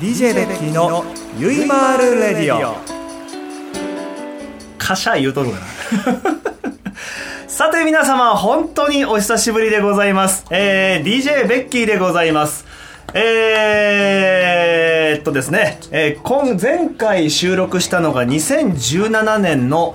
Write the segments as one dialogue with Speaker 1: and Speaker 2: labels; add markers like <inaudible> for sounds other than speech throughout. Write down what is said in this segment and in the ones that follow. Speaker 1: DJ ベッキーのゆいまるレディオ
Speaker 2: カシャ言うとるかな <laughs> さて皆様本当にお久しぶりでございますえー、DJ ベッキーでございますえー、っとですね、えー今前回収録したのが2017年の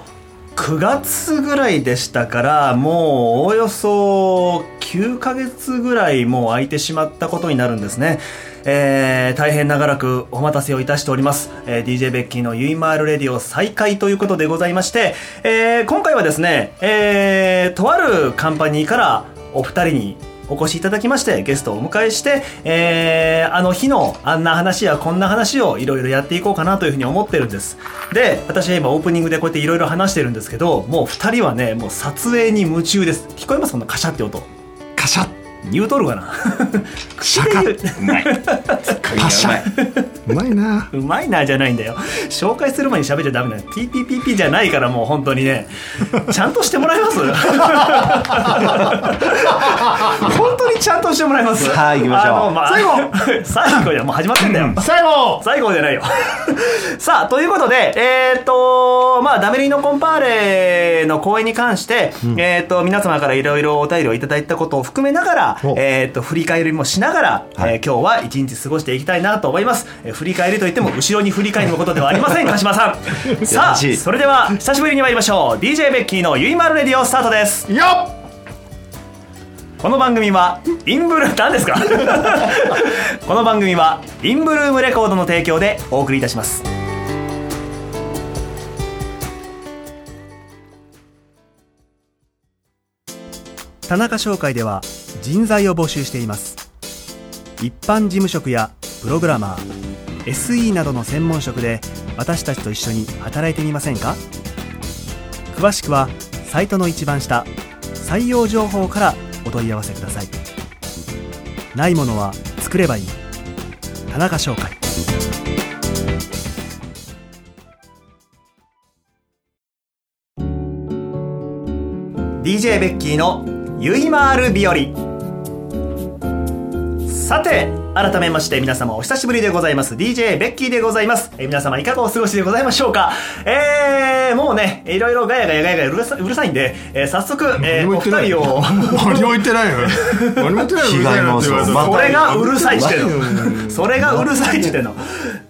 Speaker 2: 9月ぐらいでしたからもうおおよそ9ヶ月ぐらいもう空いてしまったことになるんですねえー、大変長らくお待たせをいたしております、えー DJ ベッキーのゆいまーるレディオ再開ということでございまして、えー今回はですね、えーとあるカンパニーからお二人にお越しいただきましてゲストをお迎えして、えーあの日のあんな話やこんな話をいろいろやっていこうかなというふうに思ってるんですで私は今オープニングでこうやっていろいろ話してるんですけどもう二人はねもう撮影に夢中です聞こえますこのカシャって音
Speaker 3: カシャッ
Speaker 2: 言うとるかな <laughs>
Speaker 3: シャカッ
Speaker 4: うまい。
Speaker 3: パシャうまいな
Speaker 2: うまいなじゃないんだよ紹介する前に喋っちゃダメだよ PPPP じゃないからもう本当に
Speaker 4: <laughs>
Speaker 2: ねちゃんとしてもらえます本当にちゃんとしてもらえます
Speaker 4: さあ行きましょう
Speaker 2: あのまあ最後 <laughs> 最後じゃもう始まってんだよ
Speaker 4: 最後
Speaker 2: 最後じゃないよ <laughs> さあということでえっ、とまあダメリのコンパーレの公演に関して、えっ、と皆様からいろいろお便りをいただいたことを含めながら
Speaker 3: お
Speaker 2: えっ、と振り返りもしながら、
Speaker 4: はい
Speaker 2: えー今日は一日過ごしていきたいなと思います、えー振り返りといっても後ろに振り返ることではありま
Speaker 4: <laughs>
Speaker 2: せん鹿島さんさあ
Speaker 4: よろしい
Speaker 2: それでは久しぶりに参りましょう DJ ベッキーのゆいまるレディオスタートです
Speaker 3: よっ
Speaker 2: この番組はインブル何ですかこの番組はインブルームレコードの提供でお送りいたします田中商会では人材を募集しています一般事務職やプログラマー SE などの専門職で私たちと一緒に働いてみませんか詳しくはサイトの一番下採用情報からお問い合わせくださいないものは作ればいい田中紹介DJ ベッキーのゆいまーる日和さて改めまして皆様お久しぶりでございます DJ ベッキーでございますえー皆様いかがお過ごしでございましょうかえー、もうねいろいろガヤガヤガヤガヤうるさうるさいんで、えー早速、えーお二人を
Speaker 3: 何も言ってないよ何も言ってないよ
Speaker 4: 被害妄想
Speaker 3: うるさいな
Speaker 4: ま
Speaker 3: ん
Speaker 2: そ
Speaker 3: て
Speaker 2: れ
Speaker 3: 言わ
Speaker 2: が
Speaker 3: れ
Speaker 2: う
Speaker 3: て
Speaker 2: るさいって言うのそれがうるさいって言うの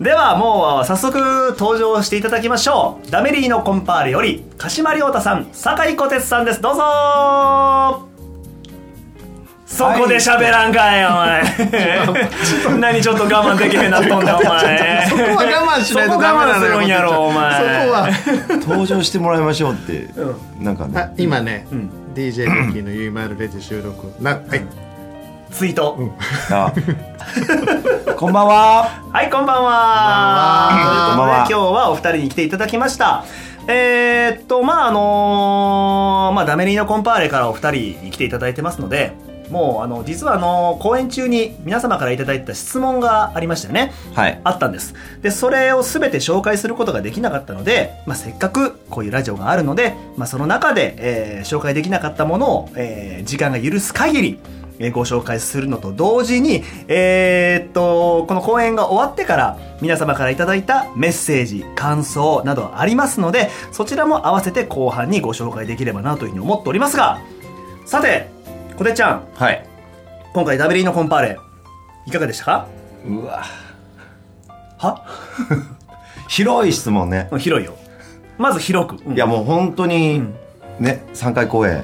Speaker 2: ではもう早速登場していただきましょうダメリーのコンパーレより鹿島亮太さん酒井虎哲さんですどうぞそこで喋らんかい、お前何ちょっと我慢できへんなっとんだお前
Speaker 3: そこは我慢しないとダメなのよ
Speaker 2: そこ我慢するんやろお前
Speaker 3: そこは
Speaker 4: 登場してもらいましょうって。なんか
Speaker 5: あ
Speaker 4: ね。
Speaker 5: 今ね、
Speaker 2: ん
Speaker 5: DJ ベッキーの「ゆいまるレジ」収録なはい
Speaker 2: ツイート、
Speaker 4: あ
Speaker 2: <laughs>
Speaker 4: こんばんは。
Speaker 2: はい、こんばんは。
Speaker 4: こんばんは
Speaker 2: ということで、今日はお二人に来ていただきました。えー、っと、まあ、あのーまあ、ダメリーノコンパーレからお二人に来ていただいてますので、もう、あの、実は、あのー公演中に皆様からいただいた質問がありましたよね。
Speaker 4: はい。
Speaker 2: あったんです。で、それを全て紹介することができなかったので、まあ、せっかくこういうラジオがあるので、まあ、その中で、えー紹介できなかったものを、えー時間が許す限り、えーご紹介するのと同時に、えーっと、この公演が終わってから、皆様からいただいたメッセージ、感想などありますので、そちらも合わせて後半にご紹介できればなというふうに思っておりますが、さて、小手ちゃん、
Speaker 4: はい。
Speaker 2: 今回 W のコンパーレ、いかがでしたか
Speaker 4: うわ。
Speaker 2: は
Speaker 4: 広い質問ね。
Speaker 2: うん広いよまず広く、うん
Speaker 4: いやもう本当に
Speaker 2: ん
Speaker 4: ね三回公演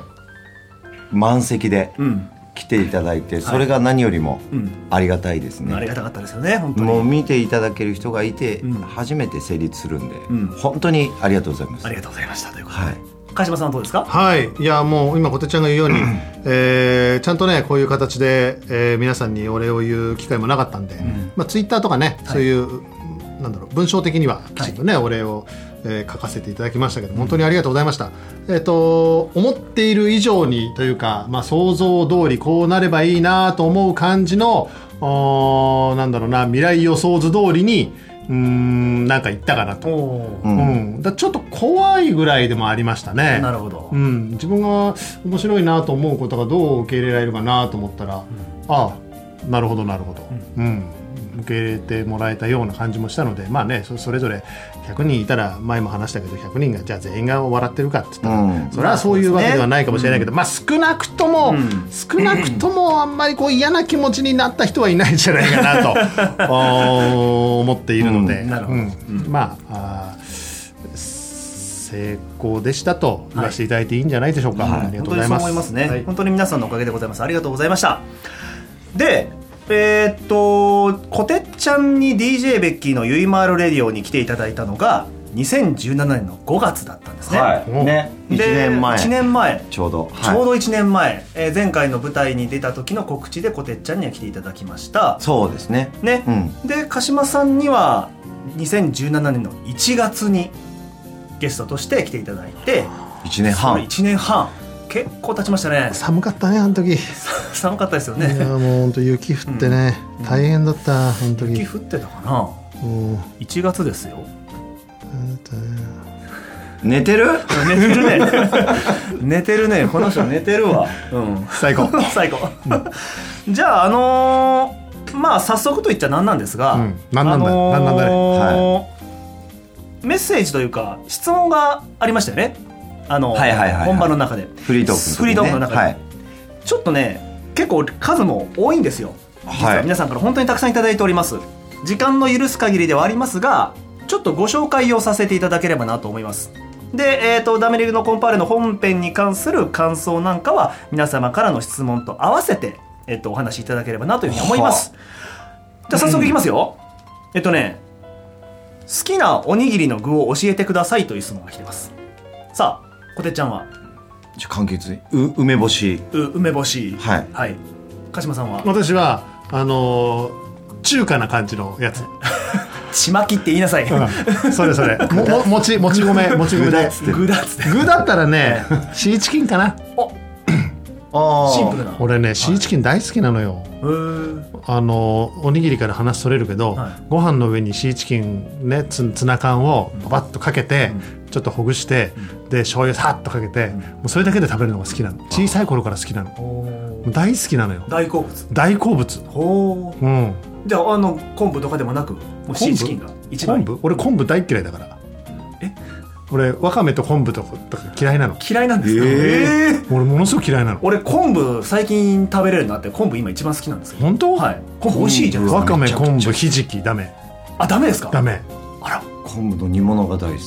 Speaker 4: 満席で
Speaker 2: うん
Speaker 4: 来ていただいて、それが何よりも
Speaker 2: うん
Speaker 4: ありがたいです
Speaker 2: あり
Speaker 4: ね。
Speaker 2: がたかったですよね本当に
Speaker 4: もう見ていただける人がいて
Speaker 2: うん
Speaker 4: 初めて成立するんで
Speaker 2: ん、
Speaker 4: 本当にありがとうございます。
Speaker 2: あり
Speaker 4: は
Speaker 2: がとうございましたということ
Speaker 4: い。
Speaker 2: で鹿島さんはどうですか
Speaker 5: はいいやもう今こてちゃんが言うように、えーちゃんとねこういう形で、えー皆さんにお礼を言う機会もなかったんで、まあ、ツイッターとかね、そういうなんだろう文章的にはきちんとね、お礼を、えー書かせていただきましたけど本当にありがとうございました、えっ、と思っている以上にというか、まあ、想像通りこうなればいいなと思う感じのおーなんだろうな未来予想図通りにうーんなんか言ったかなと
Speaker 2: おおー、
Speaker 5: うん、だからちょっと怖いぐらいでもありましたね。
Speaker 2: なるほど、
Speaker 5: うん、自分が面白いなと思うことがどう受け入れられるかなと思ったら、ああなるほどなるほど、うん受け入れてもらえたような感じもしたのでまあねそそれぞれ100人いたら前も話したけど100人がじゃあ全員が笑ってるかって言ったら、
Speaker 4: うん
Speaker 5: それはそういうわけではないかもしれないけど、まあ少なくとも、少なくともあんまりこう嫌な気持ちになった人はいないんじゃないかなと
Speaker 2: <laughs>
Speaker 5: おー思っているので、
Speaker 2: うんなるほど
Speaker 5: うんまああー成功でしたと言わせていただいていいんじゃないでしょうか、あり
Speaker 2: 本
Speaker 5: がと
Speaker 2: 当
Speaker 5: うご
Speaker 2: に
Speaker 5: ざ
Speaker 2: そ
Speaker 5: い
Speaker 2: う
Speaker 5: ます
Speaker 2: 思いますね、
Speaker 5: はい
Speaker 2: 本当に皆さんのおかげでございますありがとうございましたでえーっとこてっちゃんに DJ ベッキーのゆいまーるレディオに来ていただいたのが2017年の5月だったんですね、
Speaker 4: はいね
Speaker 2: で
Speaker 4: 1年前
Speaker 2: 一年前
Speaker 4: ちょうど
Speaker 2: ちょう
Speaker 4: はい
Speaker 2: ど1年前、えー前回の舞台に出た時の告知でこてっちゃんには来ていただきました
Speaker 4: そうですね
Speaker 2: ね、
Speaker 4: う
Speaker 2: で鹿島さんには2017年の1月にゲストとして来ていただいて
Speaker 4: 1年半
Speaker 2: 1年半結構経ちましたね
Speaker 5: 寒かったねあの時い
Speaker 2: <laughs> 寒かったですよ
Speaker 5: や
Speaker 2: ね
Speaker 5: ーもう本当雪降ってね、大変だったあの時
Speaker 2: 雪降ってたかな
Speaker 5: もう
Speaker 2: 1月ですよ
Speaker 5: なんだね
Speaker 4: 寝てる
Speaker 2: 寝てるね <laughs> 寝てるねこの人寝てるわうん
Speaker 5: 最
Speaker 2: <laughs>
Speaker 5: 高
Speaker 2: 最高、じゃああのーまあ早速と言っちゃなんなんですが、
Speaker 5: うんなんなんだ
Speaker 2: あのー
Speaker 5: なんなんだね
Speaker 4: は
Speaker 2: メッセージというか質問がありましたよねあの、
Speaker 4: はいはいはいはい
Speaker 2: 本番の中で
Speaker 4: フリートーク
Speaker 2: フリートークの中で、
Speaker 4: はい
Speaker 2: ちょっとね結構数も多いんですよ実
Speaker 4: は
Speaker 2: はい皆さんから本当にたくさんいただいております時間の許す限りではありますがちょっとご紹介をさせていただければなと思いますで、えー、とダメリグのコンパールの本編に関する感想なんかは皆様からの質問と合わせて、えー、とお話しいただければなというふうに思いますじゃあ早速いきますよ、えっとね好きなおにぎりの具を教えてくださいという質問が来てますさあこてっちゃんは
Speaker 4: ちょ簡潔にう梅干し
Speaker 2: う梅干し
Speaker 4: はい
Speaker 2: はい鹿島さんは
Speaker 5: 私はあのー中華な感じのやつ、
Speaker 2: ちまきって言いなさい。 <laughs>
Speaker 5: うん、それそれもももちもち米 <laughs> もち米で
Speaker 2: グダッツで。
Speaker 5: 具だったらね <laughs> シーチキンかな
Speaker 4: あ
Speaker 2: シンプルな。へ
Speaker 5: 俺ねシーチキン大好きなのよ、
Speaker 2: ー
Speaker 5: あのーおにぎりから話それるけど、
Speaker 2: はい
Speaker 5: ご飯の上にシーチキンねツツナ缶をパパッとかけて、ちょっとほぐして、で醤油さっとかけて、もうそれだけで食べるのが好きなの小さい頃から好きなのも
Speaker 2: おー
Speaker 5: う大好きなのよ
Speaker 2: 大好物。
Speaker 5: 大好物
Speaker 2: ほー
Speaker 5: うん
Speaker 2: じゃあ、あの、昆布とかでもなく、もうシーチキンが一番
Speaker 5: 昆布俺昆布大嫌いだから
Speaker 2: え
Speaker 5: 俺わかめと昆布とかとか嫌いなの
Speaker 2: 嫌いなんですか
Speaker 4: え
Speaker 2: えー
Speaker 5: 俺ものすごく嫌いなの
Speaker 2: 俺、昆布最近食べれるようになって、昆布今一番好きなんですよ。
Speaker 5: 本当、
Speaker 2: はい。昆布美味しいじゃないで
Speaker 5: わ
Speaker 2: すか。
Speaker 5: かめ昆布ひじきダメ
Speaker 2: あ、ダメですか
Speaker 5: ダメ
Speaker 2: あら、
Speaker 4: 昆布の煮物が大好き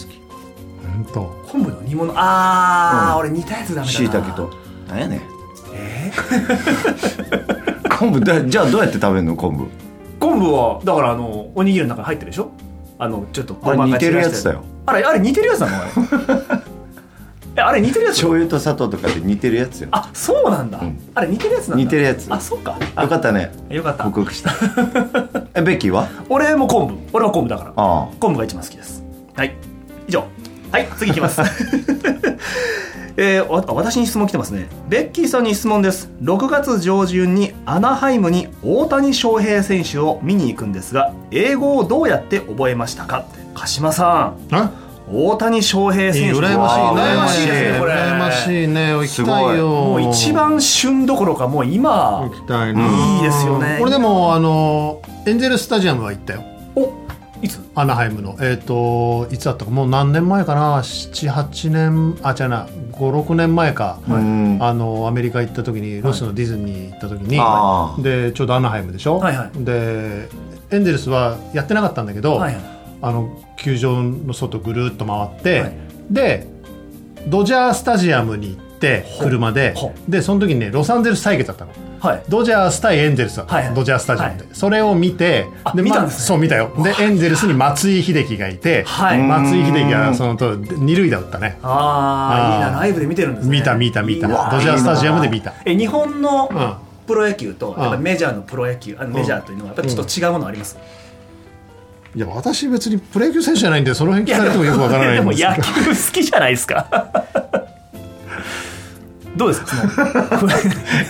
Speaker 5: 本当
Speaker 2: 昆布の煮物。あー、
Speaker 4: うん
Speaker 2: 俺似たやつダメだな。
Speaker 4: しいたけと。なん
Speaker 2: <laughs>
Speaker 4: やねん昆布だじゃあどうやって食べるの昆布
Speaker 2: 昆布は、だからあの、おにぎりの中に入ってるでしょあの、ちょっと
Speaker 4: あれ
Speaker 2: 細か
Speaker 4: 似
Speaker 2: い散
Speaker 4: てる
Speaker 2: ら
Speaker 4: や
Speaker 2: して
Speaker 4: つだよ
Speaker 2: あれ、あれ似てるやつな
Speaker 4: <laughs>
Speaker 2: のあれ。え、あれ似てるやつ
Speaker 4: 醤油と砂糖とかで似てるやつよ
Speaker 2: あ、そうなんだ
Speaker 4: うん。
Speaker 2: あれ似てるやつなんだ。
Speaker 4: 似てるやつ
Speaker 2: あ、そうか。
Speaker 4: よかったね
Speaker 2: あよかった。
Speaker 4: 克
Speaker 2: <laughs>
Speaker 4: 服したえベッキーは
Speaker 2: 俺も昆布。俺は昆布だから。
Speaker 4: あ
Speaker 2: 昆布が一番好きです。はい。以上。はい、次いきます。 <laughs> えー、わあ私に質問来てますね。ベッキーさんに質問です。6月上旬にアナハイムに大谷翔平選手を見に行くんですが、英語をどうやって覚えましたか鹿島さん、
Speaker 5: あ
Speaker 2: 大谷翔平
Speaker 5: いい
Speaker 2: 選手。
Speaker 5: 羨ましい
Speaker 4: わ
Speaker 5: ね
Speaker 4: あ
Speaker 2: 羨ましいですね、これ。
Speaker 5: 羨ましいね行きたいよ
Speaker 2: もう一番旬どころか、もう今、
Speaker 5: 行きたい
Speaker 4: うん
Speaker 5: ない
Speaker 2: いですよね
Speaker 5: 俺でもあのエンゼルスタジアムは行ったよ
Speaker 2: おいつ
Speaker 5: アナハイムのえっ、といつだったかもう何年前かな78年あ違うな56年前か、
Speaker 4: あうん
Speaker 5: あのアメリカ行った時にロスのディズニー行った時に、
Speaker 4: あー
Speaker 5: でちょうどアナハイムでしょ、
Speaker 2: はいは
Speaker 5: でエンゼルスはやってなかったんだけど、
Speaker 2: はいはい
Speaker 5: あの球場の外ぐるーっと回って、
Speaker 2: はい
Speaker 5: でドジャースタジアムに行って
Speaker 2: ほう
Speaker 5: 車で
Speaker 2: ほ
Speaker 5: でその時にねロサンゼルス対決だったの
Speaker 2: はい
Speaker 5: ドジャース対エンゼルスだったの、
Speaker 2: はいはい
Speaker 5: ドジャースタジアムで、それを見て
Speaker 2: あ見たんですね
Speaker 5: そう見たよでエンゼルスに松井秀喜がいて、
Speaker 2: はい
Speaker 5: 松井秀喜がそのと二塁打打ったね
Speaker 2: ああいい
Speaker 5: あ
Speaker 2: な
Speaker 5: ー
Speaker 2: ライブで見てるんですね
Speaker 5: 見た見た見た
Speaker 2: いいな
Speaker 5: ドジャースタジアムで見た
Speaker 2: え日本の
Speaker 5: うん
Speaker 2: プロ野球と
Speaker 5: うん
Speaker 2: やっぱメジャーのプロ野球あのメジャーというのはやっぱちょっと違うものあります
Speaker 5: いや私別にプロ野球選手じゃないんでその辺聞かれてもよくわからない
Speaker 2: で
Speaker 5: ん
Speaker 2: も
Speaker 5: です
Speaker 2: 野
Speaker 5: け
Speaker 2: 球好きじゃないですかど
Speaker 5: ど
Speaker 2: うですかその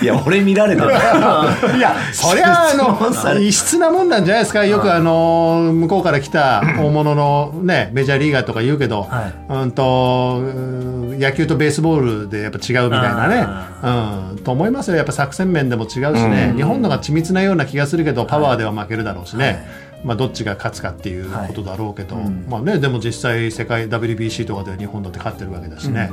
Speaker 4: いや俺見られてる
Speaker 5: <laughs> いや、 <laughs> そりゃあ
Speaker 4: 質問さ
Speaker 5: の
Speaker 4: れ
Speaker 5: 異質なもんなんじゃないですか。よくあの向こうから来 <clears throat> た大物のねメジャーリーガーとか言うけど、
Speaker 2: はい
Speaker 5: うんとうん野球とベースボールでやっぱ違うみたいなね、うんと思いますよ。やっぱ作戦面でも違うしね、日本のが緻密なような気がするけどパワーでは負けるだろうしね。まあどっちが勝つかっていうことだろうけど、まあねでも実際世界 WBC とかでは日本だって勝ってるわけだしね、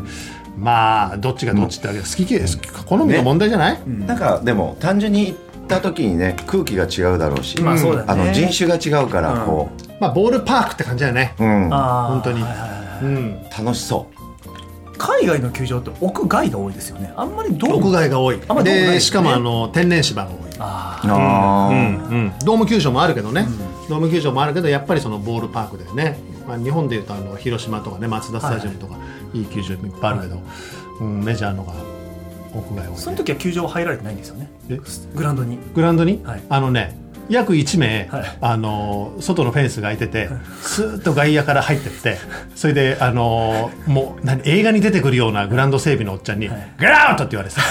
Speaker 5: まあどっちがどっちってわけで好き嫌い好き好みの問題じゃない？
Speaker 4: なんかでも単純に行った時にね空気が違うだろうし、
Speaker 2: まあそうだよね
Speaker 4: あの人種が違うからこ
Speaker 5: まあボールパークって感じだよね。
Speaker 4: う、うん、
Speaker 2: あー
Speaker 5: 本当に
Speaker 2: はいはいはい
Speaker 5: うん、
Speaker 4: 楽しそ
Speaker 2: 海外の球場って屋外が多いですよねあんまりドー
Speaker 5: 屋
Speaker 2: ム
Speaker 5: 外が多い
Speaker 2: あんまりドームないですね
Speaker 5: でしかもあの天然芝が多い
Speaker 2: あ
Speaker 4: うあー、
Speaker 5: ドーム球場もあるけどね、ドーム球場もあるけどやっぱりそのボールパークだよね、まあ、日本でいうとあの広島とかねマツダスタジアムとか、い、い球場いっぱいあるけど、うん、メジャーのが屋外
Speaker 2: ー
Speaker 5: 多
Speaker 2: その
Speaker 5: い、ね、
Speaker 2: 時は球場は入られてないんですよね
Speaker 5: え
Speaker 2: グラウンドに
Speaker 5: グラウンドに、
Speaker 2: はい
Speaker 5: あのね約1名、
Speaker 2: はい
Speaker 5: あのー外のフェンスが開いてて、スーッと外野から入ってってそれで、あのーもう何映画に出てくるようなグラウンド整備のおっちゃんに「グラウンド!」って言われてた。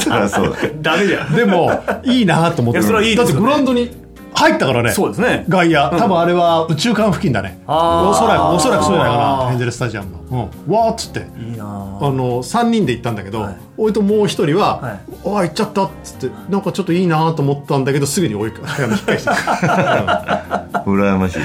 Speaker 4: そりゃそうだ
Speaker 2: ダメじゃん
Speaker 5: でも、いいなと思っ
Speaker 2: い
Speaker 5: て。
Speaker 2: やそれはいい
Speaker 5: だ
Speaker 2: で
Speaker 5: っ
Speaker 2: す
Speaker 5: て
Speaker 2: よ
Speaker 5: グラウンドに入ったからね。
Speaker 2: そうですね
Speaker 5: 外野、多分あれは宇宙間付近だね。
Speaker 2: あー
Speaker 5: おそらく、おそらくそうじゃないか
Speaker 2: あ
Speaker 5: な。
Speaker 2: ー
Speaker 5: ヘンゼルスタジアムの。うん。わーっつって。
Speaker 2: いいな
Speaker 5: あの3人で行ったんだけど、
Speaker 2: はい
Speaker 5: 俺ともう一人は「
Speaker 2: はい
Speaker 5: ああ行っちゃった」っつってなんかちょっといいなと思ったんだけどすぐに追いかけ引っ
Speaker 2: <laughs>
Speaker 5: 返してうん
Speaker 4: 羨ましい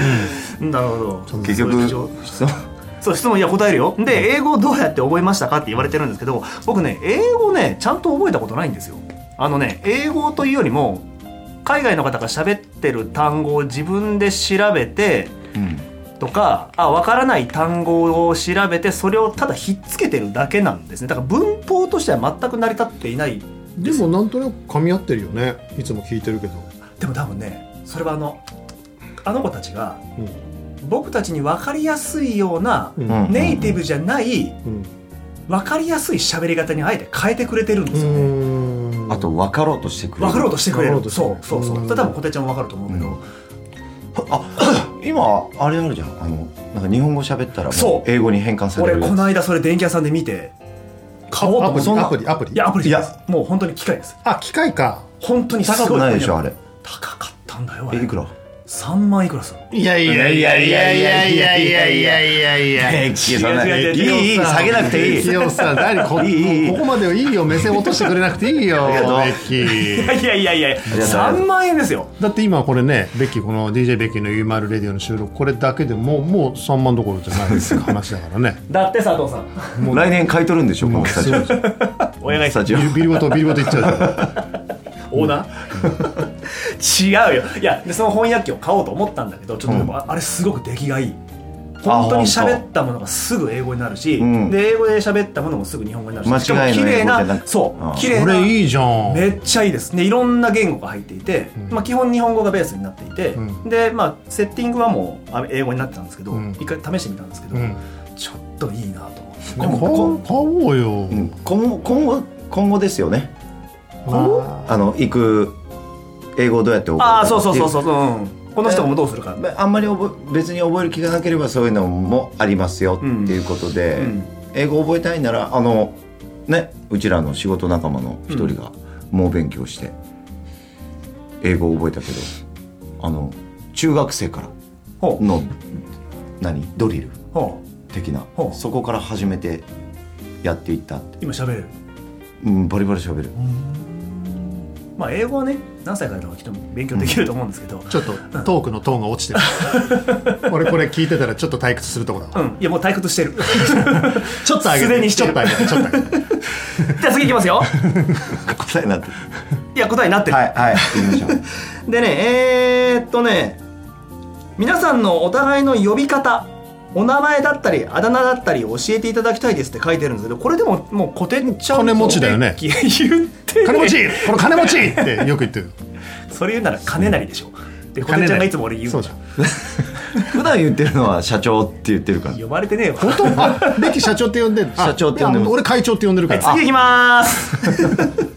Speaker 2: ぁなるほど
Speaker 4: 結
Speaker 2: そうい
Speaker 4: 局
Speaker 2: う球場
Speaker 4: 質問
Speaker 2: そう質問いや答えるよで英語どうやって覚えましたかって言われてるんですけど僕ね英語ねちゃんと覚えたことないんですよあのね英語というよりも海外の方が喋ってる単語を自分で調べて
Speaker 4: うん
Speaker 2: とかあ分からない単語を調べてそれをただひっつけてるだけなんですねだから文法としては全く成り立っていない
Speaker 5: でもなんとなく噛み合ってるよねいつも聞いてるけど、
Speaker 2: でも多分ねそれはあのあの子たちが
Speaker 5: うん
Speaker 2: 僕たちに分かりやすいような
Speaker 5: うん
Speaker 2: ネイティブじゃない
Speaker 5: うん
Speaker 2: 分かりやすい喋り方にあえて変えてくれてるんですよね
Speaker 5: うん
Speaker 4: あと分かろうとしてくれる
Speaker 2: 分かろうとしてくれ
Speaker 5: 分かろう
Speaker 2: る
Speaker 5: としてくれ
Speaker 2: そ
Speaker 5: る
Speaker 2: うそうそう
Speaker 5: うん
Speaker 2: それ多分小手ちゃんも分かると思うけど、
Speaker 4: 今あれあるじゃんあのなんか日本語喋ったら
Speaker 2: そ
Speaker 4: も
Speaker 2: う
Speaker 4: う英語に変換され
Speaker 2: 俺
Speaker 4: る
Speaker 2: この間それ電気屋さんで見て買おうと
Speaker 5: ア
Speaker 2: 思
Speaker 5: プ
Speaker 2: っ
Speaker 5: リ
Speaker 2: て
Speaker 5: アプリアプリ
Speaker 2: いやアプリ
Speaker 4: いや
Speaker 2: ですもう本当に機械です
Speaker 5: あ機械か
Speaker 2: 本当にすご
Speaker 4: 高くないでしょあれ
Speaker 2: 高かったんだよあ
Speaker 4: え
Speaker 2: れ
Speaker 4: いくら
Speaker 2: 3万いくらする
Speaker 5: いやいやいやいやいやいやいやいやいやいや
Speaker 4: えいそんな
Speaker 2: 違う違う
Speaker 4: い
Speaker 2: 違う
Speaker 4: いいい下げなくていい
Speaker 5: ベッキーおっさん何こ
Speaker 4: いいいい
Speaker 5: ここまではいいよ目線落としてくれなくていいよ
Speaker 4: ありがとう
Speaker 5: ベッキー
Speaker 2: いやいやいやいや
Speaker 4: りがとう
Speaker 2: 3万円ですよ
Speaker 5: だって今これねベッキーこの DJ ベッキーの「ゆいまるレディオ」の収録これだけでもうもう3万どころじゃないですか話だからね
Speaker 2: だって佐藤さん
Speaker 4: 来年買い取るんでしょこのスタジオ
Speaker 2: お願い
Speaker 4: ス
Speaker 2: しま
Speaker 4: タ
Speaker 2: す
Speaker 4: ジオ
Speaker 5: ビルビルごとビルごといっちゃうじゃ
Speaker 2: オーナー違うよいやでその翻訳機を買おうと思ったんだけどちょっとでも、ああれすごく出来がいい本当に喋ったものがすぐ英語になるし、
Speaker 4: うん
Speaker 2: で英語で喋ったものもすぐ日本語になるし
Speaker 4: 間違
Speaker 2: しかも
Speaker 4: い
Speaker 2: 綺
Speaker 4: の
Speaker 2: 麗
Speaker 4: 英語じゃなく
Speaker 2: なそ
Speaker 4: あ
Speaker 2: う
Speaker 4: ー
Speaker 2: 綺
Speaker 5: ん
Speaker 2: 麗
Speaker 5: こ
Speaker 2: な
Speaker 5: れいいじゃん
Speaker 2: めっちゃいいですねいろんな言語が入っていて、
Speaker 5: うん
Speaker 2: まあ、基本日本語がベースになっていて、
Speaker 5: うん
Speaker 2: で、まあ、セッティングはもうあ英語になってたんですけど、
Speaker 5: うん
Speaker 2: 一回試してみたんですけど、
Speaker 5: うん
Speaker 2: ちょっといいなと思って
Speaker 5: 買おう買おうよ
Speaker 4: うん今後今後今後ですよね
Speaker 5: あ
Speaker 4: あの行く英語をどうやって覚える
Speaker 2: あ
Speaker 4: か
Speaker 2: あそうそうそう
Speaker 4: う
Speaker 2: そう、うん、この人もどうするか、
Speaker 4: あんまり覚え別に覚える気がなければそういうのもありますよっていうことで、
Speaker 2: うん
Speaker 4: 英語を覚えたいならあのねうちらの仕事仲間の一人が猛勉強して英語を覚えたけどあの中学生から
Speaker 2: ほう
Speaker 4: の何ドリル
Speaker 2: ほう
Speaker 4: 的な
Speaker 2: ほう
Speaker 4: そこから始めてやっていったって、
Speaker 2: 今喋れる
Speaker 4: うん、バリバリ喋る
Speaker 2: まあ英語はね何歳からでもきっと勉強できると思うんですけど、
Speaker 5: ちょっとトークのトーンが落ちてる俺これ聞いてたらちょっと退屈するとこだ
Speaker 2: う
Speaker 5: わ
Speaker 2: ん、いやもう退屈してる
Speaker 5: ちょっと上
Speaker 2: すで
Speaker 5: げ
Speaker 2: に
Speaker 5: て
Speaker 2: して
Speaker 5: ちょ
Speaker 2: る
Speaker 5: っと上げてちょっと上げて
Speaker 2: じゃあ次いきますよ
Speaker 4: 答えになってる
Speaker 2: <laughs> いや答えになってる、
Speaker 4: はい <laughs> はい行きましょう
Speaker 2: でねえー、っとね皆さんのお互いの呼び方お名前だったりあだ名だったり教えていただきたいですって書いてるんですけどこれでももう古典ちゃんと
Speaker 5: 金持ちだよね
Speaker 2: <laughs> 言ってる
Speaker 5: 金持ちこの金持ちってよく言ってる
Speaker 2: それ言うなら金なりでしょで古典ちゃんがいつも俺言う
Speaker 5: そ
Speaker 2: ん
Speaker 5: う
Speaker 2: じ
Speaker 5: だ
Speaker 2: ゃん
Speaker 4: 普段言ってるのは社長って言ってるから
Speaker 2: 呼ばれてねえわ
Speaker 5: 本当あベッキー社長って呼んでる
Speaker 4: 社長って呼んでます
Speaker 5: あ俺会長って呼んでるから、
Speaker 2: 次いきまーす
Speaker 5: <laughs>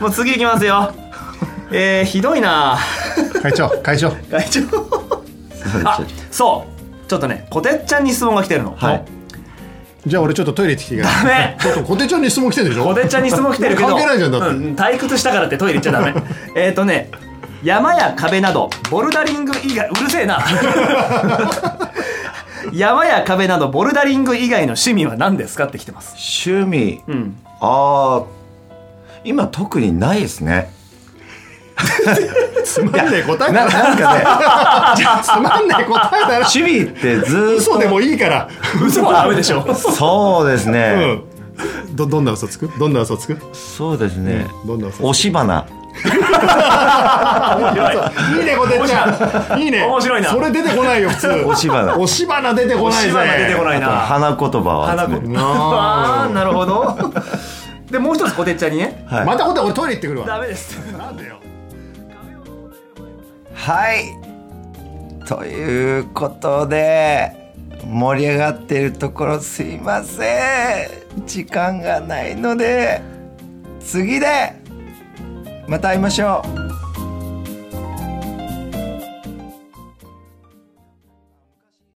Speaker 2: もう次いきますよえー、ひどいな
Speaker 5: あ会長会長
Speaker 2: 会長
Speaker 4: <laughs>
Speaker 2: あそうちょっとねこてっちゃんに質問が来てるの、
Speaker 4: はい
Speaker 5: じゃあ俺ちょっとトイレ行ってきていいか
Speaker 2: ダ
Speaker 5: ら
Speaker 2: メ <laughs>
Speaker 5: ちょっと小手ちゃんに質問来てるでしょ
Speaker 2: こてっちゃんに質問来てるけど
Speaker 5: 関係ないじゃんだって
Speaker 2: うん退屈したからってトイレ行っちゃ
Speaker 5: <laughs>
Speaker 2: ダメえっとね山や壁などボルダリング以外うるせえ
Speaker 5: <laughs>
Speaker 2: な山や壁などボルダリング以外の趣味は何ですかって来てます
Speaker 4: 趣味、
Speaker 2: ん
Speaker 4: ああ今特にないですね
Speaker 5: つまんねえ答えだ
Speaker 4: な
Speaker 5: な
Speaker 4: なんかね
Speaker 5: <laughs> つまんねえ答えだな
Speaker 4: 趣味ってずーっと
Speaker 5: 嘘でもいいから
Speaker 2: 嘘はダメで
Speaker 5: <laughs>
Speaker 2: しょ
Speaker 4: そうですね、
Speaker 5: うんどどんな嘘つくどんな嘘つく
Speaker 4: そうですね、
Speaker 5: どんな嘘つく
Speaker 4: 押し花
Speaker 5: いいね、こてっちゃん。いいね。
Speaker 2: 面白いな
Speaker 5: それ出てこないよ、普通。
Speaker 4: 押し花
Speaker 5: 押し花出てこないぜ。
Speaker 2: 芝出てこないな
Speaker 4: 花言葉は
Speaker 2: 花
Speaker 4: です
Speaker 2: 子
Speaker 4: ね
Speaker 2: あーなるほどでもう一つこてっちゃんにね
Speaker 4: はい
Speaker 5: またほんで俺トイレ行ってくる
Speaker 2: ダ
Speaker 5: わ。
Speaker 2: メです
Speaker 5: なんでよ。
Speaker 4: はいということで盛り上がってるところすいません時間がないので次でまた会いましょう